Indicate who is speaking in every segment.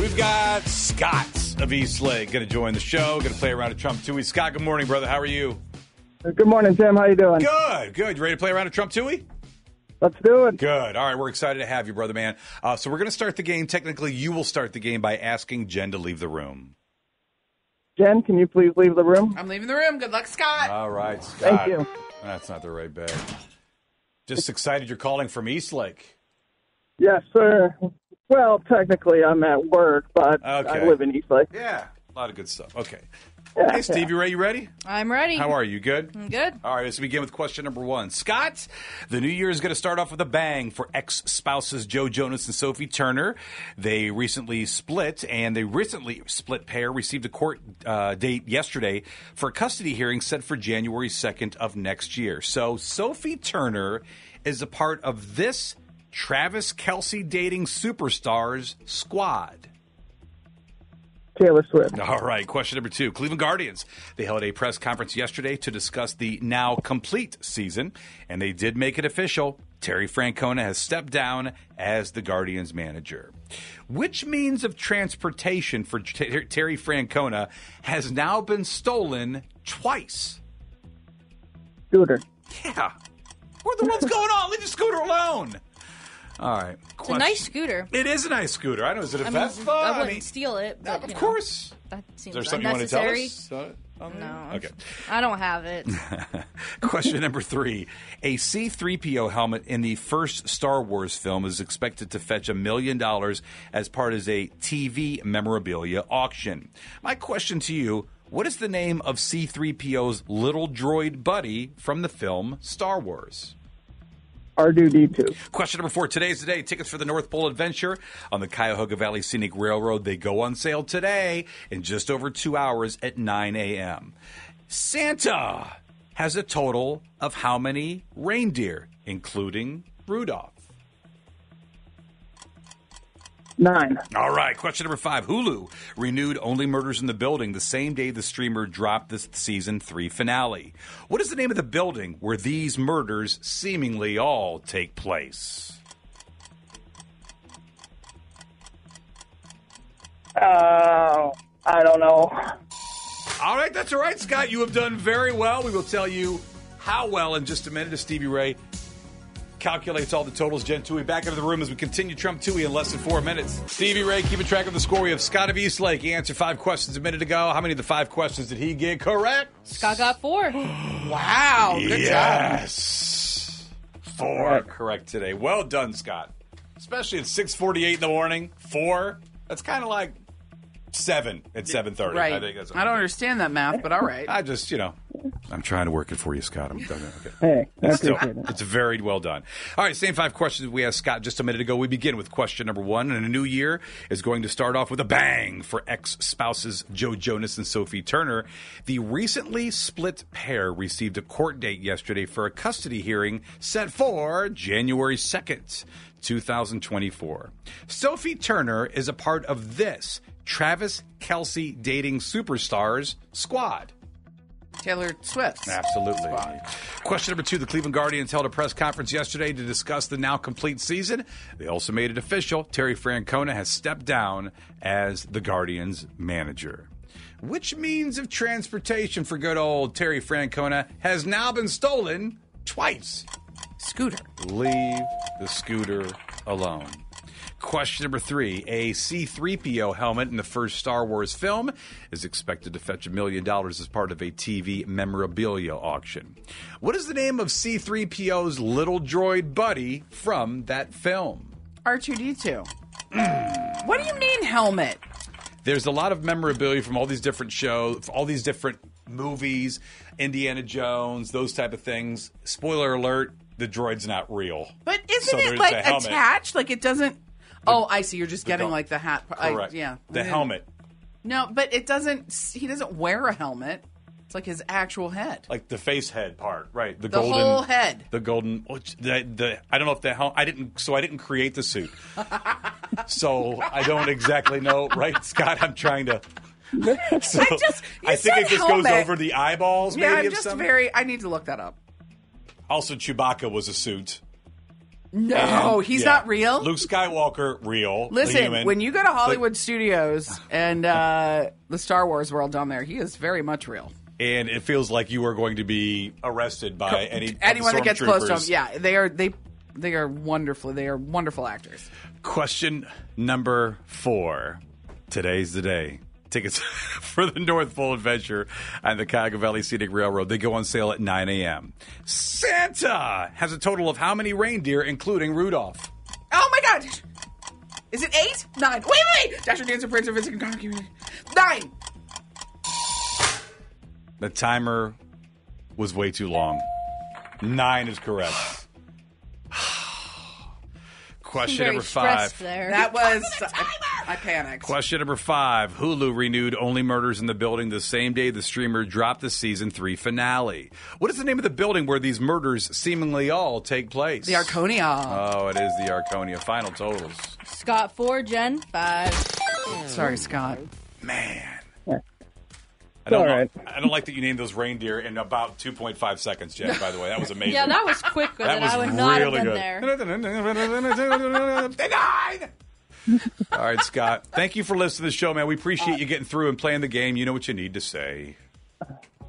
Speaker 1: We've got Scott of East Lake going to join the show, going to play around of Trump Tui. Scott, good morning, brother. How are you?
Speaker 2: Good morning, Tim. How you doing?
Speaker 1: Good, good. You ready to play around of Trump Tui?
Speaker 2: Let's do it.
Speaker 1: Good. All right, we're excited to have you, brother man. Uh, so we're going to start the game. Technically, you will start the game by asking Jen to leave the room.
Speaker 2: Jen, can you please leave the room?
Speaker 3: I'm leaving the room. Good luck, Scott.
Speaker 1: All right, Scott.
Speaker 2: Thank you.
Speaker 1: That's not the right bag. Just excited you're calling from East Lake.
Speaker 2: Yes, sir. Well, technically, I'm at work, but I
Speaker 1: Okay.
Speaker 2: live in East Lake.
Speaker 1: Yeah, a lot of good stuff. Okay.
Speaker 2: Yeah,
Speaker 1: Hey, Steve, you ready? You ready?
Speaker 3: I'm ready.
Speaker 1: How are you? Good.
Speaker 3: I'm good.
Speaker 1: All right, let's begin with question number one. Scott, the new year is going to start off with a bang for ex spouses Joe Jonas and Sophie Turner. They recently split, and they recently split pair received a court uh, date yesterday for a custody hearing set for January 2nd of next year. So, Sophie Turner is a part of this Travis Kelsey dating superstars squad.
Speaker 2: Taylor Swift.
Speaker 1: All right, question number two. Cleveland Guardians. They held a press conference yesterday to discuss the now complete season, and they did make it official. Terry Francona has stepped down as the Guardians manager. Which means of transportation for Ter- Terry Francona has now been stolen twice?
Speaker 2: Scooter.
Speaker 1: Yeah. We're the ones going on. Leave the scooter alone. All right.
Speaker 3: It's a nice scooter.
Speaker 1: It is a nice scooter. I know. Is it a
Speaker 3: I mean,
Speaker 1: Vespa?
Speaker 3: I wouldn't
Speaker 1: I mean,
Speaker 3: steal it. But,
Speaker 1: of
Speaker 3: you know,
Speaker 1: course.
Speaker 3: that
Speaker 1: Is
Speaker 3: seems
Speaker 1: there something you want to tell
Speaker 3: unnecessary.
Speaker 1: us? uh, on
Speaker 3: No.
Speaker 1: there?
Speaker 3: I'm-
Speaker 1: Okay.
Speaker 3: I don't have it.
Speaker 1: Question number three. A C3PO helmet in the first Star Wars film is expected to fetch a million dollars as part of a TV memorabilia auction. My question to you what is the name of C3PO's little droid buddy from the film Star Wars?
Speaker 2: R2D2.
Speaker 1: Question number four. Today's the day. Tickets for the North Pole Adventure on the Cuyahoga Valley Scenic Railroad. They go on sale today in just over two hours at 9 a.m. Santa has a total of how many reindeer, including Rudolph?
Speaker 2: Nine.
Speaker 1: All right, question number five. Hulu renewed Only Murders in the Building the same day the streamer dropped this season three finale. What is the name of the building where these murders seemingly all take place?
Speaker 2: Oh, I don't know.
Speaker 1: All right, that's all right, Scott. You have done very well. We will tell you how well in just a minute as Stevie Ray calculates all the totals. Jen Tui back into the room as we continue Trump Tui in less than four minutes. Stevie Ray keeping track of the score. We have Scott of Eastlake. He answered five questions a minute ago. How many of the five questions did he get correct?
Speaker 3: Scott got four. Oh,
Speaker 1: Wow, good yes. job. Four correct today. Well done, Scott. Especially at 6:48 in the morning. Four. That's kind of like seven at 7:30.
Speaker 3: Right.
Speaker 1: I think that's.
Speaker 3: I don't understand that math, but all right.
Speaker 1: I just, you know, I'm trying to work it for you, Scott. I'm done. Okay.
Speaker 2: Hey, I
Speaker 1: It's still-
Speaker 2: appreciate it.
Speaker 1: it's very well done. All right, same five questions we asked Scott just a minute ago. We begin with question number one, and a new year is going to start off with a bang for ex spouses Joe Jonas and Sophie Turner. The recently split pair received a court date yesterday for a custody hearing set for January 2nd, 2024. Sophie Turner is a part of this Travis Kelsey dating superstars squad.
Speaker 3: Taylor Swift.
Speaker 1: Absolutely. Question number two The Cleveland Guardians held a press conference yesterday to discuss the now complete season. They also made it official. Terry Francona has stepped down as the Guardians manager. Which means of transportation for good old Terry Francona has now been stolen twice?
Speaker 3: Scooter.
Speaker 1: Leave the scooter alone. Question number three A C3PO helmet in the first Star Wars film is expected to fetch a million dollars as part of a TV memorabilia auction. What is the name of C3PO's little droid buddy from that film?
Speaker 3: R2D2. what do you mean helmet?
Speaker 1: there's a lot of memorabilia from all these different shows, all these different movies, Indiana Jones, those type of things. Spoiler alert: the droid's not real.
Speaker 3: But isn't
Speaker 1: So
Speaker 3: it
Speaker 1: there's
Speaker 3: like
Speaker 1: the helmet.
Speaker 3: attached? Like it doesn't. oh, I see. You're just getting
Speaker 1: gun-
Speaker 3: like the hat. part. I-
Speaker 1: Correct.
Speaker 3: yeah. Mm-hmm. I
Speaker 1: The
Speaker 3: didn't-
Speaker 1: helmet,
Speaker 3: No, but it doesn't. He doesn't wear a helmet. It's like his actual head.
Speaker 1: like the face head part, right? The,
Speaker 3: The
Speaker 1: golden
Speaker 3: whole head.
Speaker 1: The golden. which- The, the I don't know if the helmet. I didn't. So I didn't create the suit. so I don't exactly know, right, Scott? I'm trying to. So I,
Speaker 3: just- you
Speaker 1: think
Speaker 3: said
Speaker 1: it just goes
Speaker 3: helmet.
Speaker 1: over the eyeballs.
Speaker 3: yeah,
Speaker 1: maybe
Speaker 3: I'm
Speaker 1: of
Speaker 3: just
Speaker 1: some-
Speaker 3: very. I need to look that up.
Speaker 1: Also, Chewbacca was a suit.
Speaker 3: No,
Speaker 1: And-
Speaker 3: Oh, he's
Speaker 1: yeah.
Speaker 3: not real.
Speaker 1: Luke Skywalker, real.
Speaker 3: Listen,
Speaker 1: human.
Speaker 3: when you go to Hollywood Studios and uh, the Star Wars world down there, he is very much real.
Speaker 1: and it feels like you are going to be arrested by any of the
Speaker 3: Anyone that gets close to him,
Speaker 1: stormtroopers.
Speaker 3: yeah, they are they they are wonderful. They are wonderful actors.
Speaker 1: Question number four. Today's the day. Tickets for the North Pole Adventure and the Cuyahoga Valley Scenic Railroad. They go on sale at 9 a.m. Santa has a total of how many reindeer, including Rudolph?
Speaker 3: Oh my god. Is it eight? Nine. Wait, wait! Dasher, Dancer, Prancer, Vincent, and Donkey. Nine!
Speaker 1: The timer was way too long. Nine is correct. Question
Speaker 4: Very
Speaker 1: number five.
Speaker 4: stressed there.
Speaker 3: That was. uh, I, I panicked.
Speaker 1: Question number five Hulu renewed Only Murders in the Building the same day the streamer dropped the season three finale. What is the name of the building where these murders seemingly all take place?
Speaker 3: The Arconia.
Speaker 1: Oh, it is the Arconia. Final totals.
Speaker 4: Scott four, Jen five.
Speaker 3: Sorry, Scott.
Speaker 1: Man. I don't,
Speaker 2: all right.
Speaker 1: know- I don't like that you named those reindeer in about 2.5 seconds, Jack, by the way. That was amazing.
Speaker 4: Yeah, that was quicker
Speaker 1: That
Speaker 4: than
Speaker 1: was
Speaker 4: I would
Speaker 1: really
Speaker 4: not have been
Speaker 1: good.
Speaker 4: there.
Speaker 1: They died! All right, Scott. Thank you for listening to the show, man. We appreciate you getting through and playing the game. You know what you need to say.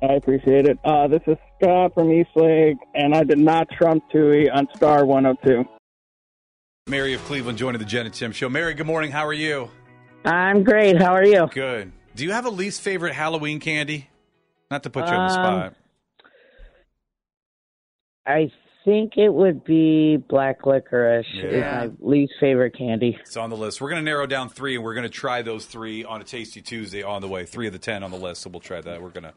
Speaker 2: I appreciate it. Uh, this is Scott from East Lake, and I did not trump Tui on Star 102.
Speaker 1: Mary of Cleveland joining the Jen and Tim show. Mary, good morning. How are you?
Speaker 2: I'm great. How are you?
Speaker 1: Good. Do you have a least favorite Halloween candy? Not to put you on the
Speaker 2: Um,
Speaker 1: spot.
Speaker 2: I think it would be black licorice is
Speaker 3: Yeah.
Speaker 2: my least favorite candy.
Speaker 1: It's on the list. We're going to narrow down three, and we're going to try those three on a Tasty Tuesday on the way. Three of the ten on the list, so we'll try that. We're going to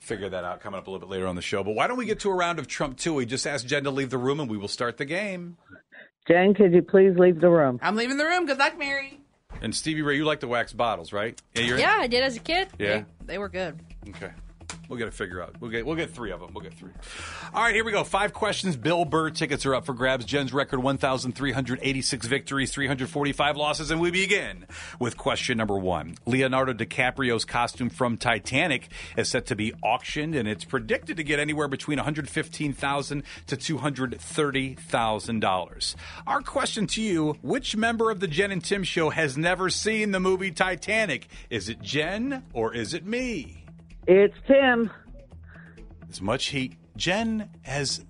Speaker 1: figure that out coming up a little bit later on the show. But why don't we get to a round of Trump Tui? Just ask Jen to leave the room, and we will start the game.
Speaker 2: Jen, could you please leave the room?
Speaker 3: I'm leaving the room. Good luck, Mary.
Speaker 1: And Stevie Ray, you like the wax bottles, right? Yeah. You're,
Speaker 4: Yeah, I did as a kid.
Speaker 1: Yeah.
Speaker 4: They, they were good.
Speaker 1: Okay. We'll get to figure out. We'll get we'll get three of them. We'll get three. All right, here we go. Five questions. Bill Burr tickets are up for grabs. Jen's record: one thousand three hundred eighty-six victories, three hundred forty-five losses, and we begin with question number one. Leonardo DiCaprio's costume from Titanic is set to be auctioned, and it's predicted to get anywhere between one hundred fifteen thousand to two hundred thirty thousand dollars. Our question to you: Which member of the Jen and Tim show has never seen the movie Titanic? Is it Jen or is it me?
Speaker 2: It's Tim.
Speaker 1: as much heat. Jen has,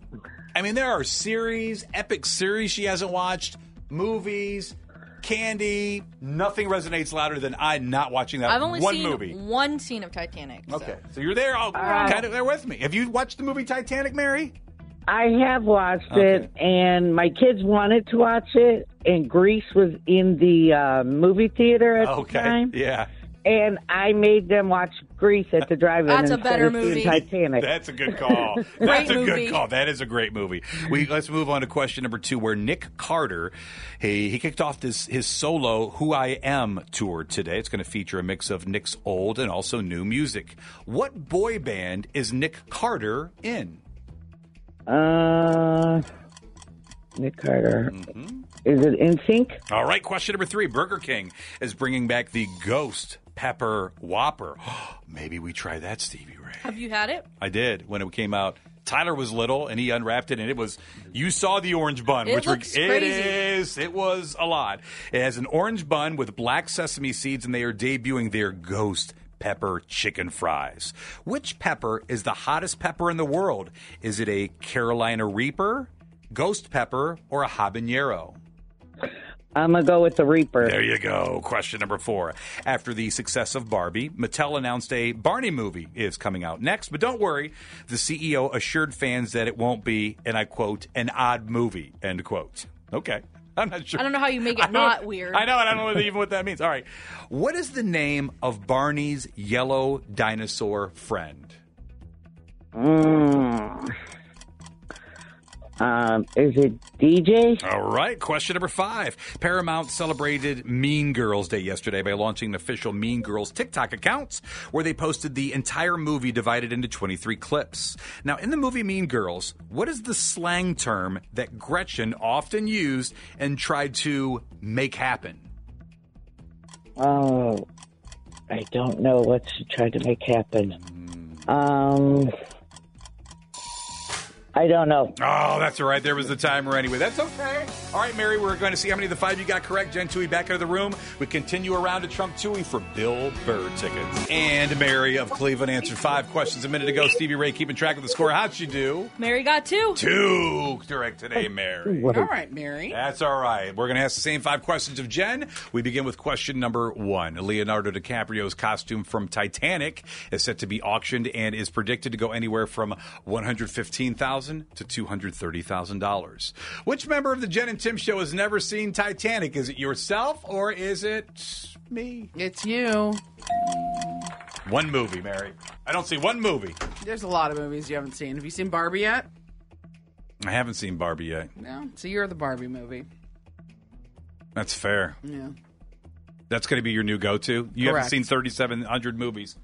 Speaker 1: I mean, there are series, epic series she hasn't watched, movies, candy. Nothing resonates louder than I not watching that
Speaker 4: I've only
Speaker 1: Uh, one
Speaker 4: seen
Speaker 1: movie.
Speaker 4: one scene of Titanic. so-
Speaker 1: Okay, so you're there, all kind of there with me. Have you watched the movie Titanic, Mary?
Speaker 2: I have watched it, and my kids wanted to watch it, and Grease was in the uh, movie theater at
Speaker 1: Okay,
Speaker 2: the time,
Speaker 1: yeah,
Speaker 2: and I made them watch Grease at the drive-in
Speaker 4: That's a
Speaker 2: instead
Speaker 4: better
Speaker 2: of seeing
Speaker 4: movie.
Speaker 2: Titanic.
Speaker 1: that's a good call. That's a
Speaker 4: movie.
Speaker 1: good call. That is a great movie. We let's move on to question number two, where Nick Carter he he kicked off this his solo "Who I Am" tour today. It's going to feature a mix of Nick's old and also new music. What boy band is Nick Carter in?
Speaker 2: Uh, Nick Carter. Is it In Sync?
Speaker 1: All right, question number three. Burger King is bringing back the Ghost Pepper Whopper. Maybe we try that, Stevie Ray.
Speaker 4: Have you had it?
Speaker 1: I did when it came out. Tyler was little and he unwrapped it, and it was you saw the orange bun,
Speaker 4: It
Speaker 1: which
Speaker 4: looks
Speaker 1: were, it
Speaker 4: crazy.
Speaker 1: is it was a lot. It has an orange bun with black sesame seeds, and they are debuting their ghost pepper chicken fries. Which pepper is the hottest pepper in the world? Is it a Carolina Reaper, ghost pepper, or a habanero?
Speaker 2: Uh, I'm gonna go with the Reaper.
Speaker 1: There you go. Question number four. After the success of Barbie, Mattel announced a Barney movie is coming out next. But don't worry, the CEO assured fans that it won't be, and I quote, an odd movie, end quote. Okay. I'm not sure.
Speaker 4: I don't know how you make
Speaker 1: I
Speaker 4: it
Speaker 1: don't-
Speaker 4: not weird.
Speaker 1: I know, and I don't know even what that means. All right. What is the name of Barney's yellow dinosaur friend?
Speaker 2: Mm. Um, is it DJ?
Speaker 1: All right, question number five. Paramount celebrated Mean Girls Day yesterday by launching an official Mean Girls TikTok account where they posted the entire movie divided into 23 clips. Now, in the movie Mean Girls, what is the slang term that Gretchen often used and tried to make happen?
Speaker 2: Oh, I don't know what she tried to make happen. Um, I don't know.
Speaker 1: Oh, that's all right. There was the timer anyway. That's okay. All right, Mary, we're going to see how many of the five you got correct. Jen Tui back out of the room. We continue around to Trump Tui for Bill Burr tickets. And Mary of Cleveland answered five questions a minute ago. Stevie Ray keeping track of the score. How'd she do?
Speaker 4: Mary got two.
Speaker 1: Two correct today, Mary.
Speaker 3: All right, Mary.
Speaker 1: That's all right. We're going to ask the same five questions of Jen. We begin with question number one. Leonardo DiCaprio's costume from Titanic is set to be auctioned and is predicted to go anywhere from $115,000 to $230,000. Which member of the Jen and Tim show has never seen Titanic? Is it yourself or is it me?
Speaker 3: It's you.
Speaker 1: One movie, Mary. I don't see one movie.
Speaker 3: There's a lot of movies you haven't seen. Have you seen Barbie yet?
Speaker 1: I haven't seen Barbie yet.
Speaker 3: No. So you're the Barbie movie.
Speaker 1: That's fair.
Speaker 3: Yeah.
Speaker 1: That's going to be your new go-to. You haven't
Speaker 3: Correct.
Speaker 1: seen 3,700 movies,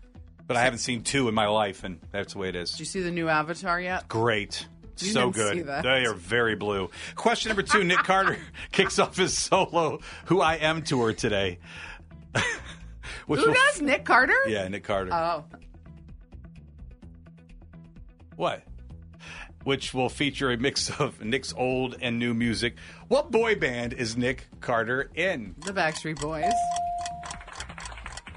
Speaker 1: but I haven't seen two in my life, and that's the way it is.
Speaker 3: Did you see the new Avatar yet?
Speaker 1: Great.
Speaker 3: You
Speaker 1: so
Speaker 3: didn't
Speaker 1: good.
Speaker 3: see that.
Speaker 1: They are very blue. Question number two Nick Carter kicks off his solo Who I Am tour today. Which
Speaker 3: Who
Speaker 1: will-
Speaker 3: does? Nick Carter?
Speaker 1: Yeah, Nick Carter.
Speaker 3: Oh.
Speaker 1: what? Which will feature a mix of Nick's old and new music. What boy band is Nick Carter in?
Speaker 3: The Backstreet Boys.
Speaker 1: Oh,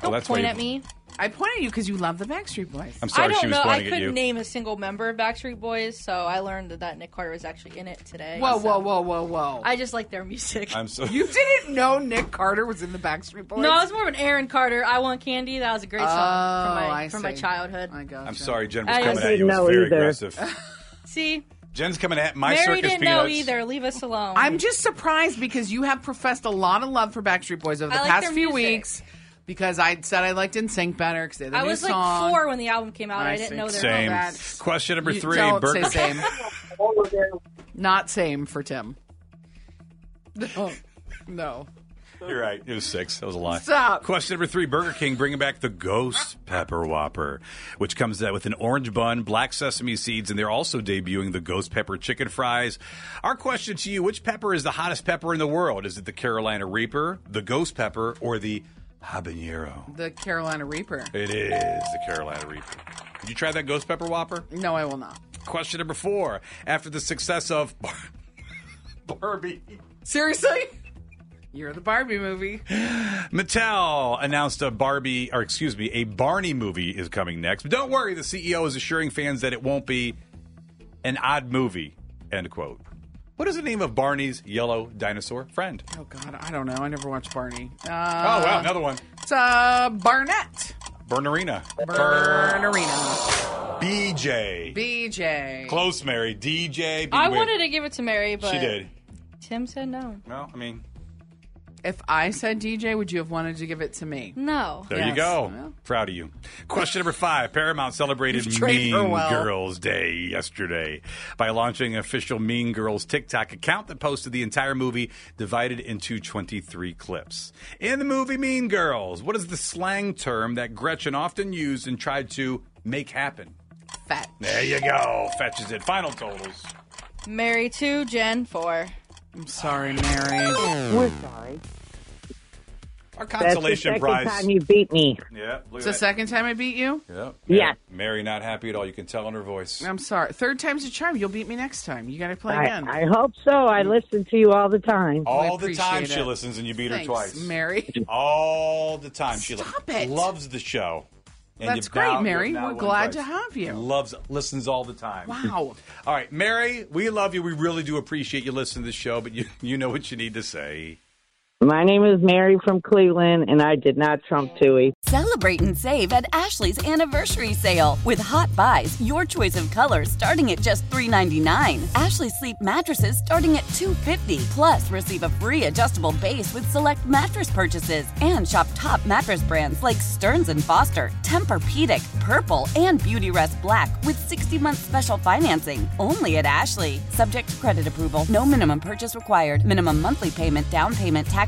Speaker 4: Don't
Speaker 1: that's why
Speaker 4: point
Speaker 1: you-
Speaker 4: at me.
Speaker 3: I pointed at you because you love the Backstreet Boys.
Speaker 1: I'm sorry
Speaker 4: I don't
Speaker 1: she was
Speaker 4: know. I
Speaker 1: pointing at
Speaker 4: couldn't
Speaker 1: you.
Speaker 4: name a single member of Backstreet Boys, so I learned that, that Nick Carter was actually in it today.
Speaker 3: Whoa,
Speaker 4: so-
Speaker 3: whoa, whoa, whoa, whoa.
Speaker 4: I just like their music.
Speaker 1: I'm so
Speaker 3: you didn't know Nick Carter was in the Backstreet Boys?
Speaker 4: no, I was more of an Aaron Carter. I Want Candy. That was a great song from
Speaker 3: Oh,
Speaker 4: my
Speaker 3: I
Speaker 4: from my
Speaker 3: see.
Speaker 4: childhood.
Speaker 3: I gotcha.
Speaker 1: I'm sorry, Jen was
Speaker 4: I- I
Speaker 1: coming at
Speaker 2: didn't
Speaker 1: you. It was
Speaker 2: know
Speaker 1: very
Speaker 2: either.
Speaker 1: aggressive.
Speaker 4: See,
Speaker 1: Jen's coming at my
Speaker 4: Mary
Speaker 1: circus
Speaker 4: didn't
Speaker 1: peanuts.
Speaker 4: know either. Leave us alone.
Speaker 3: I'm just surprised because you have professed a lot of love for Backstreet Boys over the
Speaker 4: I like
Speaker 3: past
Speaker 4: their
Speaker 3: few
Speaker 4: music.
Speaker 3: weeks. Because I said I liked NSYNC better because they had the
Speaker 4: I
Speaker 3: new
Speaker 4: was like
Speaker 3: song.
Speaker 4: four when the album came out.
Speaker 3: I
Speaker 4: I, didn't
Speaker 3: see.
Speaker 4: know their
Speaker 1: Same.
Speaker 4: real-
Speaker 3: That's-
Speaker 1: Question number
Speaker 3: You-
Speaker 1: 3
Speaker 3: Don't
Speaker 1: Burger
Speaker 3: say same. Not same for Tim. No. no.
Speaker 1: You're right. It was six. That was a lie.
Speaker 3: Stop.
Speaker 1: Question number three Burger King bringing back the Ghost Pepper Whopper, which comes out with an orange bun, black sesame seeds, and they're also debuting the Ghost Pepper Chicken Fries. Our question to you which pepper is the hottest pepper in the world? Is it the Carolina Reaper, the Ghost Pepper, or the Habanero?
Speaker 3: The Carolina Reaper.
Speaker 1: It is the Carolina Reaper. Did you try that Ghost Pepper Whopper?
Speaker 3: No, I will not.
Speaker 1: Question number four. After the success of Bar- Barbie.
Speaker 3: Seriously? You're the Barbie movie.
Speaker 1: Mattel announced a Barbie, or excuse me, a Barney movie is coming next. But don't worry, the CEO is assuring fans that it won't be an odd movie. End quote. What is the name of Barney's yellow dinosaur friend?
Speaker 4: Uh,
Speaker 3: Oh God, I don't know. I never watched Barney. Uh,
Speaker 1: oh wow, another one.
Speaker 3: It's uh, Barnett.
Speaker 1: Bernarina.
Speaker 3: Burn Arena.
Speaker 1: BJ.
Speaker 3: BJ.
Speaker 1: Close, Mary. DJ.
Speaker 4: I
Speaker 1: Bewitched.
Speaker 4: wanted to give it to Mary, but
Speaker 1: She did.
Speaker 4: Tim said no.
Speaker 1: Well, I mean,
Speaker 3: If I said DJ, would you have wanted to give it to me?
Speaker 4: No.
Speaker 1: There you
Speaker 3: Yes.
Speaker 1: go.
Speaker 3: Well.
Speaker 1: Proud of you. Question number five. Paramount celebrated
Speaker 3: You've
Speaker 1: Mean
Speaker 3: trained her well.
Speaker 1: Girls Day yesterday by launching an official Mean Girls TikTok account that posted the entire movie divided into 23 clips. In the movie Mean Girls, what is the slang term that Gretchen often used and tried to make happen?
Speaker 3: Fat.
Speaker 1: There you go. Fetches it. Final totals.
Speaker 4: Mary two, Jen four.
Speaker 3: I'm sorry, Mary.
Speaker 2: We're sorry.
Speaker 1: Our
Speaker 2: That's
Speaker 1: consolation
Speaker 2: the second
Speaker 1: prize.
Speaker 2: time you beat me.
Speaker 1: yeah. Look
Speaker 3: It's the
Speaker 1: at that.
Speaker 3: second time I beat you.
Speaker 1: Yep.
Speaker 2: Yeah.
Speaker 1: Mary not happy at all. You can tell in her voice.
Speaker 3: I'm sorry. Third time's a charm. You'll beat me next time. You got to play
Speaker 2: I,
Speaker 3: again.
Speaker 2: I hope so. I listen to you all the time.
Speaker 1: all
Speaker 3: I
Speaker 1: the time
Speaker 3: appreciate
Speaker 1: she
Speaker 3: it.
Speaker 1: listens and you beat
Speaker 3: Thanks,
Speaker 1: her twice.
Speaker 3: Mary.
Speaker 1: all the time. she
Speaker 3: Stop
Speaker 1: lo-
Speaker 3: it.
Speaker 1: loves the show. And
Speaker 3: That's
Speaker 1: you've now-
Speaker 3: great,
Speaker 1: you've
Speaker 3: Mary.
Speaker 1: now
Speaker 3: We're
Speaker 1: won
Speaker 3: glad
Speaker 1: twice.
Speaker 3: to have you.
Speaker 1: Loves listens all the time.
Speaker 3: Wow.
Speaker 1: All right, Mary, we love you. We really do appreciate you listening to the show, but you you know what you need to say.
Speaker 2: My name is Mary from Cleveland, and I did not trump Tui.
Speaker 5: Celebrate and save at Ashley's anniversary sale with hot buys, your choice of colors starting at just $3.99. Ashley Sleep mattresses starting at $2.50. Plus, receive a free adjustable base with select mattress purchases and shop top mattress brands like Stearns and Foster, Tempur-Pedic, Purple, and Beautyrest Black with 60-month special financing only at Ashley. Subject to credit approval, no minimum purchase required. Minimum monthly payment, down payment, tax,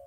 Speaker 6: Mm-hmm.